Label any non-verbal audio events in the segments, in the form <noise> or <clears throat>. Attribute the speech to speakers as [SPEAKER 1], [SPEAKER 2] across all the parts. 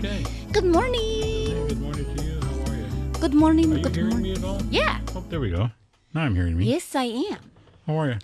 [SPEAKER 1] Good morning.
[SPEAKER 2] Uh, Good morning to you. How are you?
[SPEAKER 1] Good morning.
[SPEAKER 2] Are you
[SPEAKER 1] Good
[SPEAKER 2] hearing me
[SPEAKER 1] morning.
[SPEAKER 2] at all?
[SPEAKER 1] Yeah.
[SPEAKER 2] Oh, there we go. Now I'm hearing me.
[SPEAKER 1] Yes, I am.
[SPEAKER 2] How are you?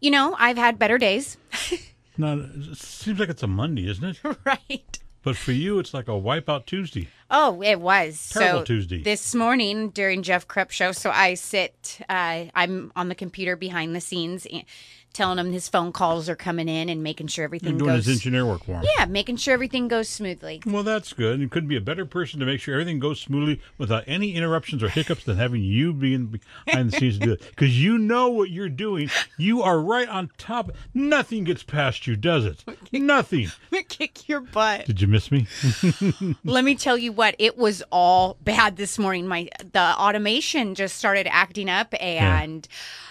[SPEAKER 1] You know, I've had better days. <laughs>
[SPEAKER 2] No, it seems like it's a Monday, isn't it?
[SPEAKER 1] right.
[SPEAKER 2] But for you, it's like a wipeout Tuesday.
[SPEAKER 1] Oh, it was.
[SPEAKER 2] Terrible
[SPEAKER 1] so
[SPEAKER 2] Tuesday.
[SPEAKER 1] This morning during Jeff Krupp show, so I sit, uh, I'm on the computer behind the scenes and telling him his phone calls are coming in and making sure everything
[SPEAKER 2] You're doing
[SPEAKER 1] goes.
[SPEAKER 2] his engineer work for him.
[SPEAKER 1] yeah, making sure everything goes smoothly. <laughs>
[SPEAKER 2] Well, that's good. You couldn't be a better person to make sure everything goes smoothly without any interruptions or hiccups than having you being behind the scenes to do it.
[SPEAKER 1] <laughs>
[SPEAKER 2] Because you know what you're doing. You are right on top. Nothing gets past you, does
[SPEAKER 1] <laughs>
[SPEAKER 2] it? Nothing.
[SPEAKER 1] Kick your butt.
[SPEAKER 2] Did you miss me?
[SPEAKER 1] <laughs> Let me tell you what, it was all bad this morning. My the automation just started acting up and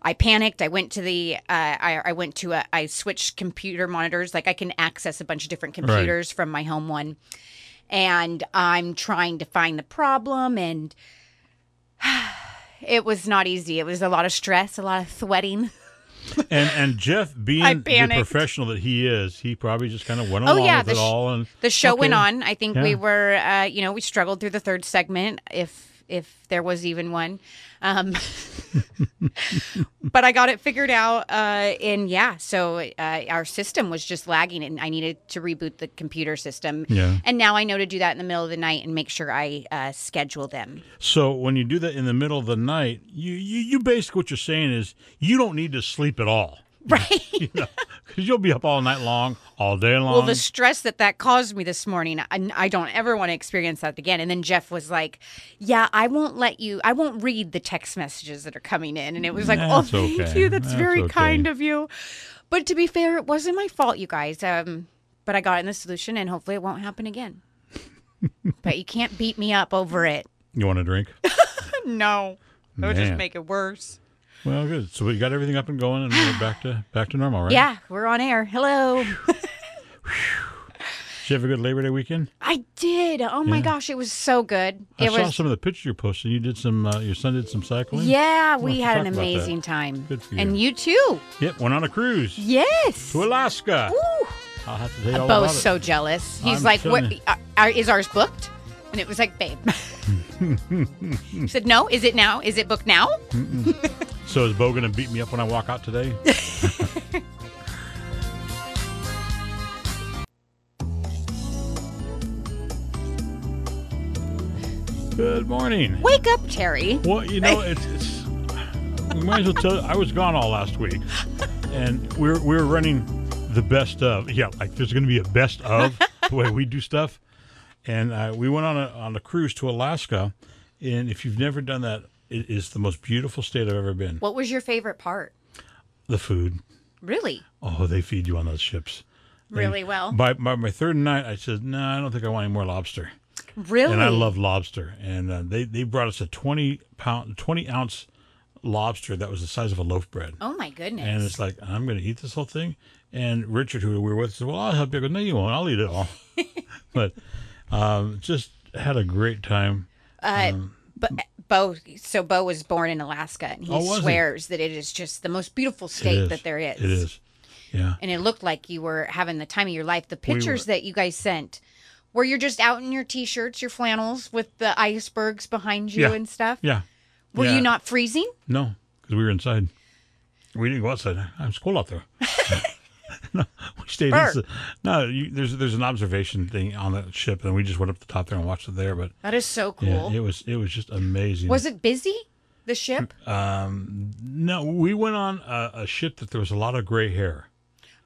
[SPEAKER 1] I panicked. I went to the uh, I, I went to a I switched computer monitors. Like I can access a bunch of different computers from my home one. And I'm trying to find the problem and <sighs> it was not easy. It was a lot of stress, a lot of sweating. <laughs>
[SPEAKER 2] And and Jeff, being the
[SPEAKER 1] panicked. Oh,
[SPEAKER 2] professional that he is, he probably just kind of went along
[SPEAKER 1] yeah,
[SPEAKER 2] with
[SPEAKER 1] the
[SPEAKER 2] it
[SPEAKER 1] sh-
[SPEAKER 2] all. And
[SPEAKER 1] The show went
[SPEAKER 2] Okay.
[SPEAKER 1] on. I think
[SPEAKER 2] Yeah.
[SPEAKER 1] we were uh, you know, we struggled through the third segment if if there was even one. Um <laughs> but I got it figured out. Uh, and yeah, so uh, our system was just lagging, and I needed to reboot the computer system.
[SPEAKER 2] Yeah.
[SPEAKER 1] And now I know to do that in the middle of the night and make sure I uh, schedule them.
[SPEAKER 2] So when you do that in the middle of the night, you you, you basically what you're saying is you don't need to sleep at all
[SPEAKER 1] <laughs> Right.
[SPEAKER 2] <laughs> because you'll be up all night long, all day long.
[SPEAKER 1] Well, the stress that that caused me this morning, I, I don't ever want to experience that again. And then Jeff was like, "Yeah, I won't let you. I won't read the text messages that are coming in." And it was like,
[SPEAKER 2] That's
[SPEAKER 1] "Oh, thank
[SPEAKER 2] okay.
[SPEAKER 1] you. That's,
[SPEAKER 2] That's
[SPEAKER 1] very
[SPEAKER 2] okay.
[SPEAKER 1] kind of you." But to be fair, it wasn't my fault, you guys. Um, but I got in the solution, and hopefully, it won't
[SPEAKER 2] <laughs>
[SPEAKER 1] happen again. but you can't beat me up over it.
[SPEAKER 2] you want a drink?
[SPEAKER 1] No, it
[SPEAKER 2] would just Man. make
[SPEAKER 1] it worse.
[SPEAKER 2] well, good. So we got everything up and going, and we're back
[SPEAKER 1] <gasps>
[SPEAKER 2] to back to normal, right?
[SPEAKER 1] Yeah, we're on air. Hello.
[SPEAKER 2] Did you have a good Labor Day weekend?
[SPEAKER 1] I did. Oh my gosh, it was so good.
[SPEAKER 2] I
[SPEAKER 1] It
[SPEAKER 2] saw
[SPEAKER 1] was.
[SPEAKER 2] some of the pictures you posted. You did some. Uh, your son did some cycling.
[SPEAKER 1] Yeah,
[SPEAKER 2] We'll
[SPEAKER 1] we
[SPEAKER 2] have
[SPEAKER 1] had
[SPEAKER 2] to talk
[SPEAKER 1] an
[SPEAKER 2] about that.
[SPEAKER 1] amazing time.
[SPEAKER 2] Good for
[SPEAKER 1] And you too.
[SPEAKER 2] Yep. Went on a cruise
[SPEAKER 1] Yes.
[SPEAKER 2] to Alaska.
[SPEAKER 1] Woo.
[SPEAKER 2] I'll have to tell you all about
[SPEAKER 1] Bo's
[SPEAKER 2] it.
[SPEAKER 1] so jealous. He's
[SPEAKER 2] I'm
[SPEAKER 1] like, "What
[SPEAKER 2] telling you.
[SPEAKER 1] are- are, is ours booked?" And it was like, "Babe." <laughs> he said, "No, is it now? Is it booked now?"
[SPEAKER 2] So is Bo going to beat me up when I walk out today? Good morning.
[SPEAKER 1] Wake up, Terry.
[SPEAKER 2] Well, you know, it's, it's we might as well tell. I was gone all last week, and we we're we we're running the best of. Yeah, like there's going to be a best of the way we do stuff. And uh, we went on a on a cruise to Alaska, and if you've never done that, it is the most beautiful state I've ever been.
[SPEAKER 1] What was your favorite part?
[SPEAKER 2] The food.
[SPEAKER 1] Really?
[SPEAKER 2] Oh, they feed you on those ships. They-
[SPEAKER 1] Really well.
[SPEAKER 2] By, by my third night, I said, "No, I don't think I want any more lobster."
[SPEAKER 1] Really?
[SPEAKER 2] And I love lobster, and uh, they they brought us a twenty pound, twenty ounce lobster that was the size of a loaf bread.
[SPEAKER 1] Oh my
[SPEAKER 2] And
[SPEAKER 1] goodness.
[SPEAKER 2] it's like I'm going to eat this whole thing. And Richard, who we were with, said, "Well, I'll help you." I go, "No, you won't. I'll eat it all."
[SPEAKER 1] <laughs>
[SPEAKER 2] but um, just had a great time.
[SPEAKER 1] But Bo, so Bo was born in Alaska, and he
[SPEAKER 2] Oh, was he?
[SPEAKER 1] swears that it is just the most beautiful
[SPEAKER 2] It
[SPEAKER 1] state
[SPEAKER 2] is.
[SPEAKER 1] that there is.
[SPEAKER 2] It is. Yeah.
[SPEAKER 1] and it looked like you were having the time of your life. The pictures that you guys sent, where you're just out in your t-shirts, your flannels, with the icebergs behind you
[SPEAKER 2] Yeah.
[SPEAKER 1] and stuff.
[SPEAKER 2] Yeah.
[SPEAKER 1] Were
[SPEAKER 2] Yeah.
[SPEAKER 1] you not freezing?
[SPEAKER 2] No, because we were inside. We didn't go outside. I was cold out
[SPEAKER 1] <laughs>
[SPEAKER 2] there. no, we stayed
[SPEAKER 1] Burr.
[SPEAKER 2] inside. No, you, there's there's an observation thing on the ship, and we just went up the top there and watched it there. But
[SPEAKER 1] That is so
[SPEAKER 2] yeah,
[SPEAKER 1] cool.
[SPEAKER 2] it was it was just amazing. Um,
[SPEAKER 1] was it busy? The ship?
[SPEAKER 2] Mm, no, we went on a, a ship that there was a lot of gray hair.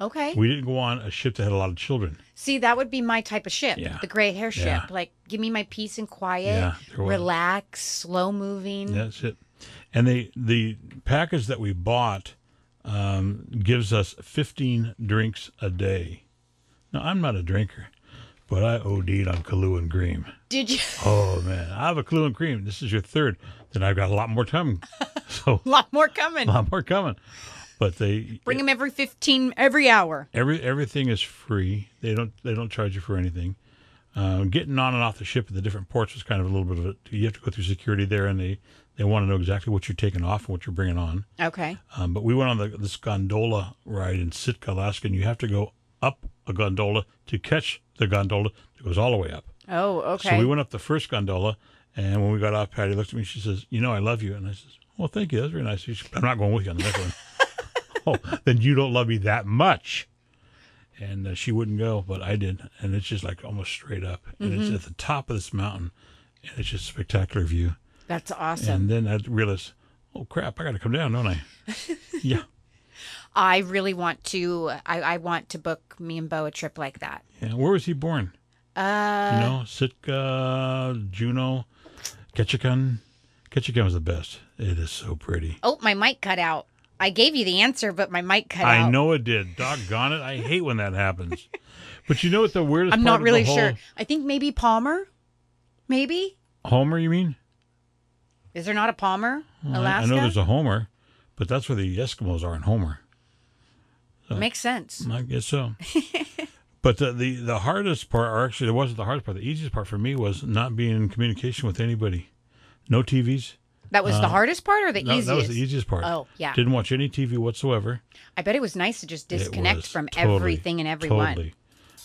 [SPEAKER 1] Okay.
[SPEAKER 2] uh, We didn't go on a ship that had a lot of children.
[SPEAKER 1] See, that would be my type of ship.
[SPEAKER 2] Yeah.
[SPEAKER 1] The gray hair ship.
[SPEAKER 2] Yeah.
[SPEAKER 1] Like, give me my peace and quiet.
[SPEAKER 2] Yeah, there was.
[SPEAKER 1] relax, slow moving.
[SPEAKER 2] That's it. And they the package that we bought um, gives us 15 drinks a day. Now I'm not a drinker, but I OD'd on Kahlua and cream.
[SPEAKER 1] Did you <laughs>
[SPEAKER 2] Oh man, I have a Kahlua and cream. This is your third. Then I've got a lot more coming. <laughs> So
[SPEAKER 1] a lot more coming?
[SPEAKER 2] a lot more coming. But they
[SPEAKER 1] Bring them every fifteen, every hour.
[SPEAKER 2] every everything is free. They don't they don't charge you for anything. Um, getting on and off the ship at the different ports was kind of a little bit of a you have to go through security there, and they they want to know exactly what you're taking off and what you're bringing on.
[SPEAKER 1] Okay.
[SPEAKER 2] Um, but we went on the, this gondola ride in Sitka, Alaska, and you have to go up a gondola to catch the gondola that goes all the way up.
[SPEAKER 1] Oh,
[SPEAKER 2] So
[SPEAKER 1] okay.
[SPEAKER 2] we went up the first gondola, and when we got off, Patty looked at me. She says, "You know, I love you." And I says, "Well, thank you. That's very nice." She says, "I'm not going with you on the
[SPEAKER 1] <laughs>
[SPEAKER 2] next one." <laughs> oh, then you don't love me that much. And uh, she wouldn't go, but I did. And it's just like almost straight up, and
[SPEAKER 1] Mm-hmm.
[SPEAKER 2] it's at the top of this mountain, and it's just a spectacular view.
[SPEAKER 1] That's
[SPEAKER 2] And
[SPEAKER 1] awesome.
[SPEAKER 2] then I realized, oh crap, I got to come down, don't I? yeah,
[SPEAKER 1] I really want to. I, I want to book me and Bo a trip like that.
[SPEAKER 2] yeah. Where was he born?
[SPEAKER 1] Uh,
[SPEAKER 2] You know, Sitka, Juneau, Ketchikan. Ketchikan was the best. It is so pretty.
[SPEAKER 1] oh, my mic cut out. I gave you the answer, but my mic cut out.
[SPEAKER 2] I know it did. Doggone it. I hate when that
[SPEAKER 1] <laughs>
[SPEAKER 2] happens. But you know what the weirdest
[SPEAKER 1] I'm
[SPEAKER 2] part
[SPEAKER 1] not
[SPEAKER 2] of
[SPEAKER 1] really
[SPEAKER 2] the whole-
[SPEAKER 1] sure. I think maybe Palmer. Maybe
[SPEAKER 2] Homer, you mean?
[SPEAKER 1] is there not a Palmer,
[SPEAKER 2] I- I
[SPEAKER 1] Alaska?
[SPEAKER 2] know there's a Homer, but that's where the Eskimos are in Homer.
[SPEAKER 1] Makes sense.
[SPEAKER 2] I guess
[SPEAKER 1] <laughs>
[SPEAKER 2] so. but the, the the hardest part, or actually, it wasn't the hardest part. The easiest part for me was not being in communication with anybody. No TVs.
[SPEAKER 1] That was the hardest part, or the
[SPEAKER 2] No,
[SPEAKER 1] easiest?
[SPEAKER 2] Uh, that was the easiest part.
[SPEAKER 1] Oh, yeah.
[SPEAKER 2] Didn't watch any TV whatsoever.
[SPEAKER 1] I bet it was nice to just
[SPEAKER 2] It
[SPEAKER 1] disconnect
[SPEAKER 2] was
[SPEAKER 1] from
[SPEAKER 2] totally,
[SPEAKER 1] everything and everyone.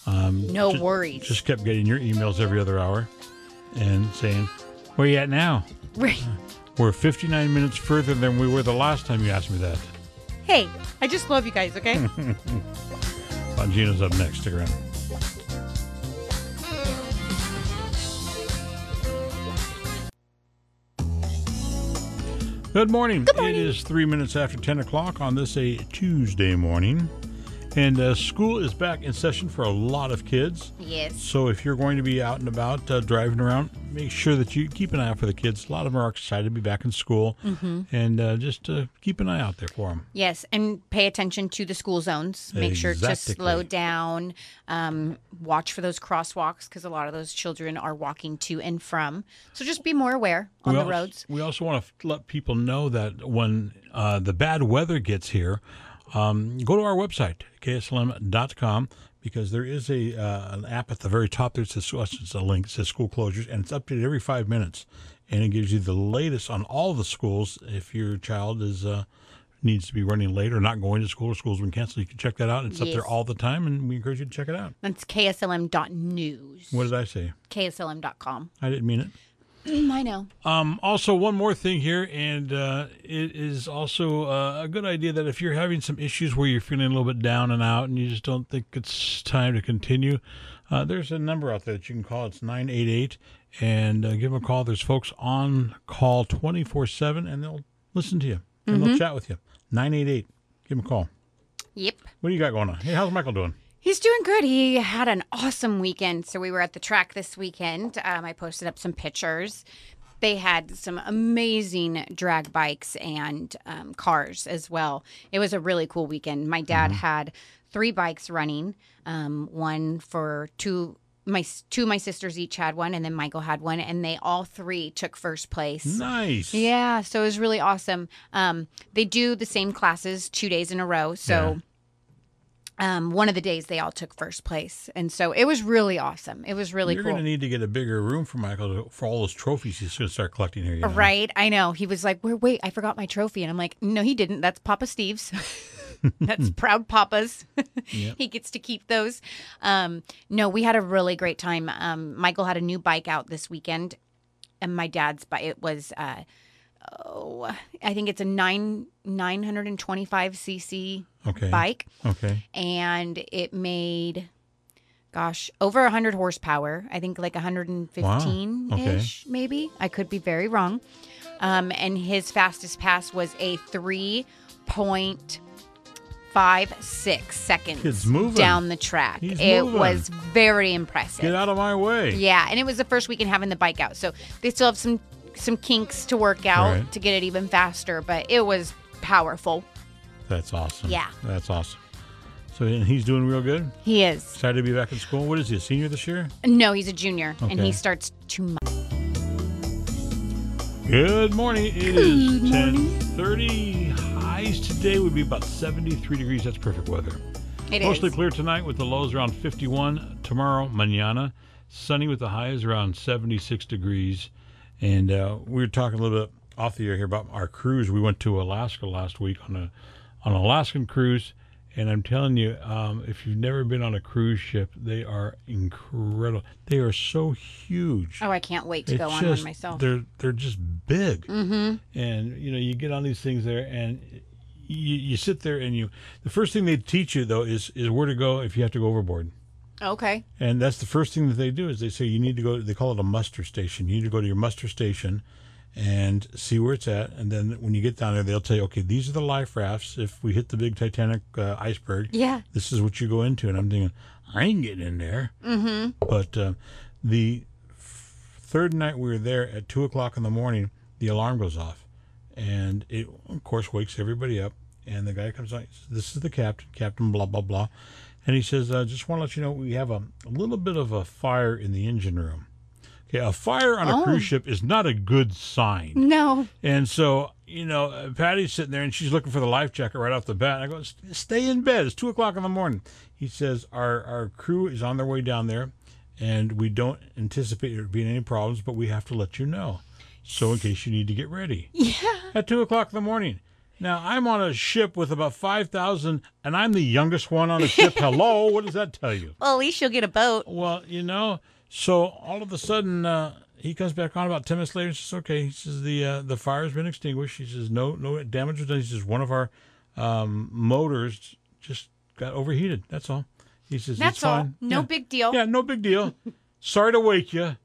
[SPEAKER 2] Totally.
[SPEAKER 1] No worries.
[SPEAKER 2] Just kept getting your emails every other hour, and saying, "Where you at now?" We're 59 minutes further than we were the last time you asked me that.
[SPEAKER 1] <laughs> hey, I just love you
[SPEAKER 2] <laughs>
[SPEAKER 1] guys. Okay.
[SPEAKER 2] Bongino's up next. Stick around. Good morning. It is three minutes after 10 o'clock on this a Tuesday morning. And uh, school is back in session for a lot of kids.
[SPEAKER 1] yes.
[SPEAKER 2] So if you're going to be out and about uh, driving around, make sure that you keep an eye out for the kids. A lot of them are excited to be back in school. And uh, just uh, keep an eye out there for them.
[SPEAKER 1] Yes, and pay attention to the school zones. Make sure to
[SPEAKER 2] Exactly.
[SPEAKER 1] slow down. Um, watch for those crosswalks because a lot of those children are walking to and from. So just be more aware on the
[SPEAKER 2] al-
[SPEAKER 1] roads.
[SPEAKER 2] we also want to let people know that when uh, the bad weather gets here, um, go to our website, kslm.com, because there is a uh, an app at the very top there that says, well, it's a link, it says school closures, and it's updated every five minutes. And it gives you the latest on all the schools if your child is. Uh, Needs to be running late or not going to school or school's been canceled. You can check that out. It's up there
[SPEAKER 1] Yes.
[SPEAKER 2] all the time, and we encourage you to check it out.
[SPEAKER 1] That's kslm.news.
[SPEAKER 2] What did I say?
[SPEAKER 1] KSLM.com.
[SPEAKER 2] I didn't mean it.
[SPEAKER 1] <clears throat> I know.
[SPEAKER 2] Um, also, one more thing here, and uh, it is also uh, a good idea that if you're having some issues where you're feeling a little bit down and out and you just don't think it's time to continue, uh, there's a number out there that you can call. It's 988 and uh, give them a call. There's folks on call 24 7 and they'll listen to you and
[SPEAKER 1] Mm-hmm.
[SPEAKER 2] they'll chat with you. 988, give them a call.
[SPEAKER 1] Yep.
[SPEAKER 2] What do you got going on? Hey, how's Michael doing?
[SPEAKER 1] He's doing good. He had an awesome weekend. So we were at the track this weekend. Um, I posted up some pictures. They had some amazing drag bikes and um, cars as well. It was a really cool weekend. My dad had three bikes running, um, one for two. My s- two of my sisters each had one, and then Michael had one, and they all three took first place.
[SPEAKER 2] Nice.
[SPEAKER 1] Yeah, so it was really awesome. Um, they do the same classes two days in a row. So um, one of the days they all took first place. And so it was really awesome. It was really
[SPEAKER 2] You're
[SPEAKER 1] cool.
[SPEAKER 2] going to need to get a bigger room for Michael to, for all those trophies he's going to start collecting here. You know?
[SPEAKER 1] Right, I know. He was like, "Where? Wait, I forgot my trophy," and I'm like, "No, he didn't. That's Papa Steve's. <laughs>
[SPEAKER 2] <laughs>
[SPEAKER 1] That's proud Papa's. <laughs> He gets to keep those." Um, no, we had a really great time. Um, Michael had a new bike out this weekend, and my dad's bike. It was, uh, oh, I think it's a nine nine hundred and twenty five cc
[SPEAKER 2] Okay.
[SPEAKER 1] bike,
[SPEAKER 2] Okay.
[SPEAKER 1] and it made. Gosh, over 100 horsepower. I think like 115 ish, maybe. I could be very wrong. Um, and his fastest pass was a 3.56 seconds
[SPEAKER 2] Kid's moving.
[SPEAKER 1] down the track.
[SPEAKER 2] He's
[SPEAKER 1] it
[SPEAKER 2] moving.
[SPEAKER 1] was very impressive.
[SPEAKER 2] Get out of my way.
[SPEAKER 1] Yeah, and it was the first weekend having the bike out, so they still have some some kinks to work out
[SPEAKER 2] Right.
[SPEAKER 1] to get it even faster. But it was powerful.
[SPEAKER 2] That's awesome.
[SPEAKER 1] Yeah.
[SPEAKER 2] That's awesome. So and he's doing real good.
[SPEAKER 1] He is
[SPEAKER 2] Excited to be back in school. What is he, a senior this year?
[SPEAKER 1] no, he's a junior, and
[SPEAKER 2] Okay.
[SPEAKER 1] he starts tomorrow.
[SPEAKER 2] Good morning. It is 1030. Highs today would be about 73 degrees. That's perfect weather.
[SPEAKER 1] It is
[SPEAKER 2] Mostly clear tonight with the lows around 51. Tomorrow, mañana, sunny with the highs around 76 degrees. And uh, we were talking a little bit off the air here about our cruise. We went to Alaska last week on a on an Alaskan cruise, And I'm telling you, um, if you've never been on a cruise ship, they are incredible. They are so huge.
[SPEAKER 1] Oh, I can't wait to
[SPEAKER 2] It's
[SPEAKER 1] go on
[SPEAKER 2] just-
[SPEAKER 1] one myself.
[SPEAKER 2] They're they're just big, mm-hmm. and you know you get on these things there, and you, you sit there and you. The first thing they teach you though is is where to go if you have to go overboard,
[SPEAKER 1] Okay.
[SPEAKER 2] and that's the first thing that they do is they say you need to go. They call it a muster station. You need to go to your muster station, and see where it's at, and then when you get down there, they'll tell you, okay, these are the life rafts. If we hit the big Titanic uh, iceberg,
[SPEAKER 1] Yeah.
[SPEAKER 2] this is what you go into. And I'm thinking, I ain't getting in there. Mm-hmm. But uh, the f- third night we were there at two o'clock in the morning, the alarm goes off, and it of course wakes everybody up. And the guy comes out. he says, This is the captain, Captain blah blah blah, and he says, uh, "Just want to let you know we have a, a little bit of a fire in the engine room." Okay, a fire on a
[SPEAKER 1] Oh.
[SPEAKER 2] cruise ship is not a good sign.
[SPEAKER 1] No.
[SPEAKER 2] And so, you know, uh, Patty's sitting there and she's looking for the life jacket right off the bat. And I go, "S- stay in bed. It's two o'clock in the morning. He says, our, our crew is on their way down there and we don't anticipate there being any problems, but we have to let you know. So, in case you need to get ready
[SPEAKER 1] Yeah.
[SPEAKER 2] at two o'clock in the morning. Now, I'm on a ship with about 5,000 and I'm the youngest one on the ship. Hello, what does that tell you?
[SPEAKER 1] Well, at least you'll get a boat.
[SPEAKER 2] Well, you know, so all of a sudden uh, he comes back on about ten minutes later. and says, "Okay," he says, "the uh, the fire has been extinguished." He says, "No, no damage was done." He says, "One of our um, motors just got overheated. That's all." He says,
[SPEAKER 1] That's
[SPEAKER 2] "It's
[SPEAKER 1] all.
[SPEAKER 2] fine." yeah.
[SPEAKER 1] No big deal.
[SPEAKER 2] yeah, no big
[SPEAKER 1] <laughs>
[SPEAKER 2] deal. Sorry to wake you.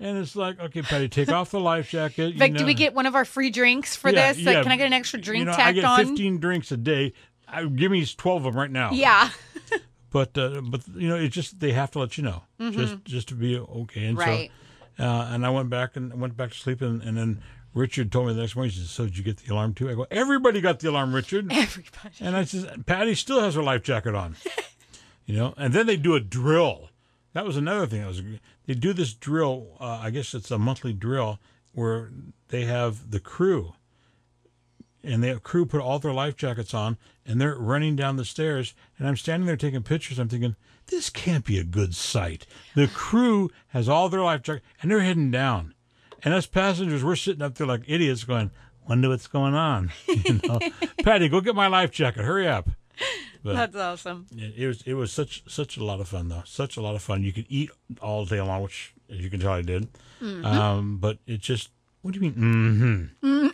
[SPEAKER 2] And it's like, okay, Patty, take off the life jacket. you
[SPEAKER 1] Like, do
[SPEAKER 2] know.
[SPEAKER 1] we get one of our free drinks for
[SPEAKER 2] Yeah,
[SPEAKER 1] this? Like,
[SPEAKER 2] yeah.
[SPEAKER 1] can I get an extra drink
[SPEAKER 2] you know,
[SPEAKER 1] tacked
[SPEAKER 2] I get
[SPEAKER 1] on?
[SPEAKER 2] 15 drinks a day. I, give me 12 of them right now.
[SPEAKER 1] Yeah.
[SPEAKER 2] But uh, but you know, it's just they have to let you know, just just to be okay. And so-
[SPEAKER 1] Right. <laughs>
[SPEAKER 2] uh, and I went back and went back to sleep, and, and then Richard told me the next morning. He says, "So did you get the alarm too?" I go, "Everybody got the alarm, Richard."
[SPEAKER 1] Everybody.
[SPEAKER 2] And I says, "Patty still has her life jacket on," <laughs> you know. And then they do a drill. That was another thing. That was they do this drill. Uh, I guess it's a monthly drill where they have the crew, and the crew put all their life jackets on, and they're running down the stairs. And I'm standing there taking pictures. I'm thinking, this can't be a good sight. The crew has all their life jackets, and they're heading down. And us passengers, we're sitting up there like idiots, going, "Wonder what's going on." <laughs> You know, Patty, go get my life jacket. Hurry up.
[SPEAKER 1] That's awesome.
[SPEAKER 2] It it was it was such such a lot of fun though, such a lot of fun. You could eat all day long, which as you can tell I did.
[SPEAKER 1] Mm-hmm.
[SPEAKER 2] Um, but it just what do you mean?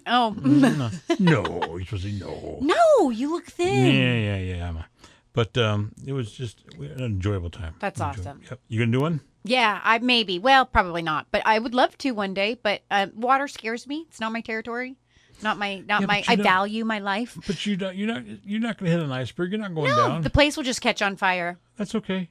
[SPEAKER 1] Oh,
[SPEAKER 2] Mm-hmm. no, you're supposed to say no.
[SPEAKER 1] <laughs> no, you look thin.
[SPEAKER 2] Yeah, yeah, yeah. I'm a- But um, it was just an enjoyable time.
[SPEAKER 1] That's
[SPEAKER 2] Enjoy-
[SPEAKER 1] awesome.
[SPEAKER 2] Yep. You gonna do one?
[SPEAKER 1] Yeah, I maybe. Well, probably not, but I would love to one day. But uh, water scares me. It's not my territory. Not my. Not
[SPEAKER 2] Yeah,
[SPEAKER 1] my.
[SPEAKER 2] but you
[SPEAKER 1] I
[SPEAKER 2] don't-
[SPEAKER 1] value my life.
[SPEAKER 2] But you don't, you're not you're not gonna hit an iceberg. You're not going
[SPEAKER 1] No,
[SPEAKER 2] down.
[SPEAKER 1] the place will just catch on fire.
[SPEAKER 2] That's okay.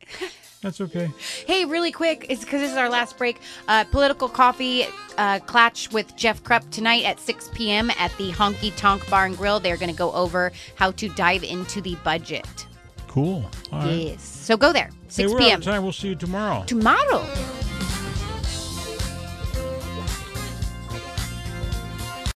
[SPEAKER 2] That's okay.
[SPEAKER 1] Hey, really quick, it's because this is our last break. Uh, Political Coffee uh, Clatch with Jeff Krupp tonight at 6 p.m. at the Honky Tonk Bar and Grill. They're going to go over how to dive into the budget.
[SPEAKER 2] Cool. All right.
[SPEAKER 1] Yes. So go there,
[SPEAKER 2] Hey,
[SPEAKER 1] 6
[SPEAKER 2] we're out
[SPEAKER 1] p.m.
[SPEAKER 2] of time. We'll see you tomorrow.
[SPEAKER 1] Tomorrow.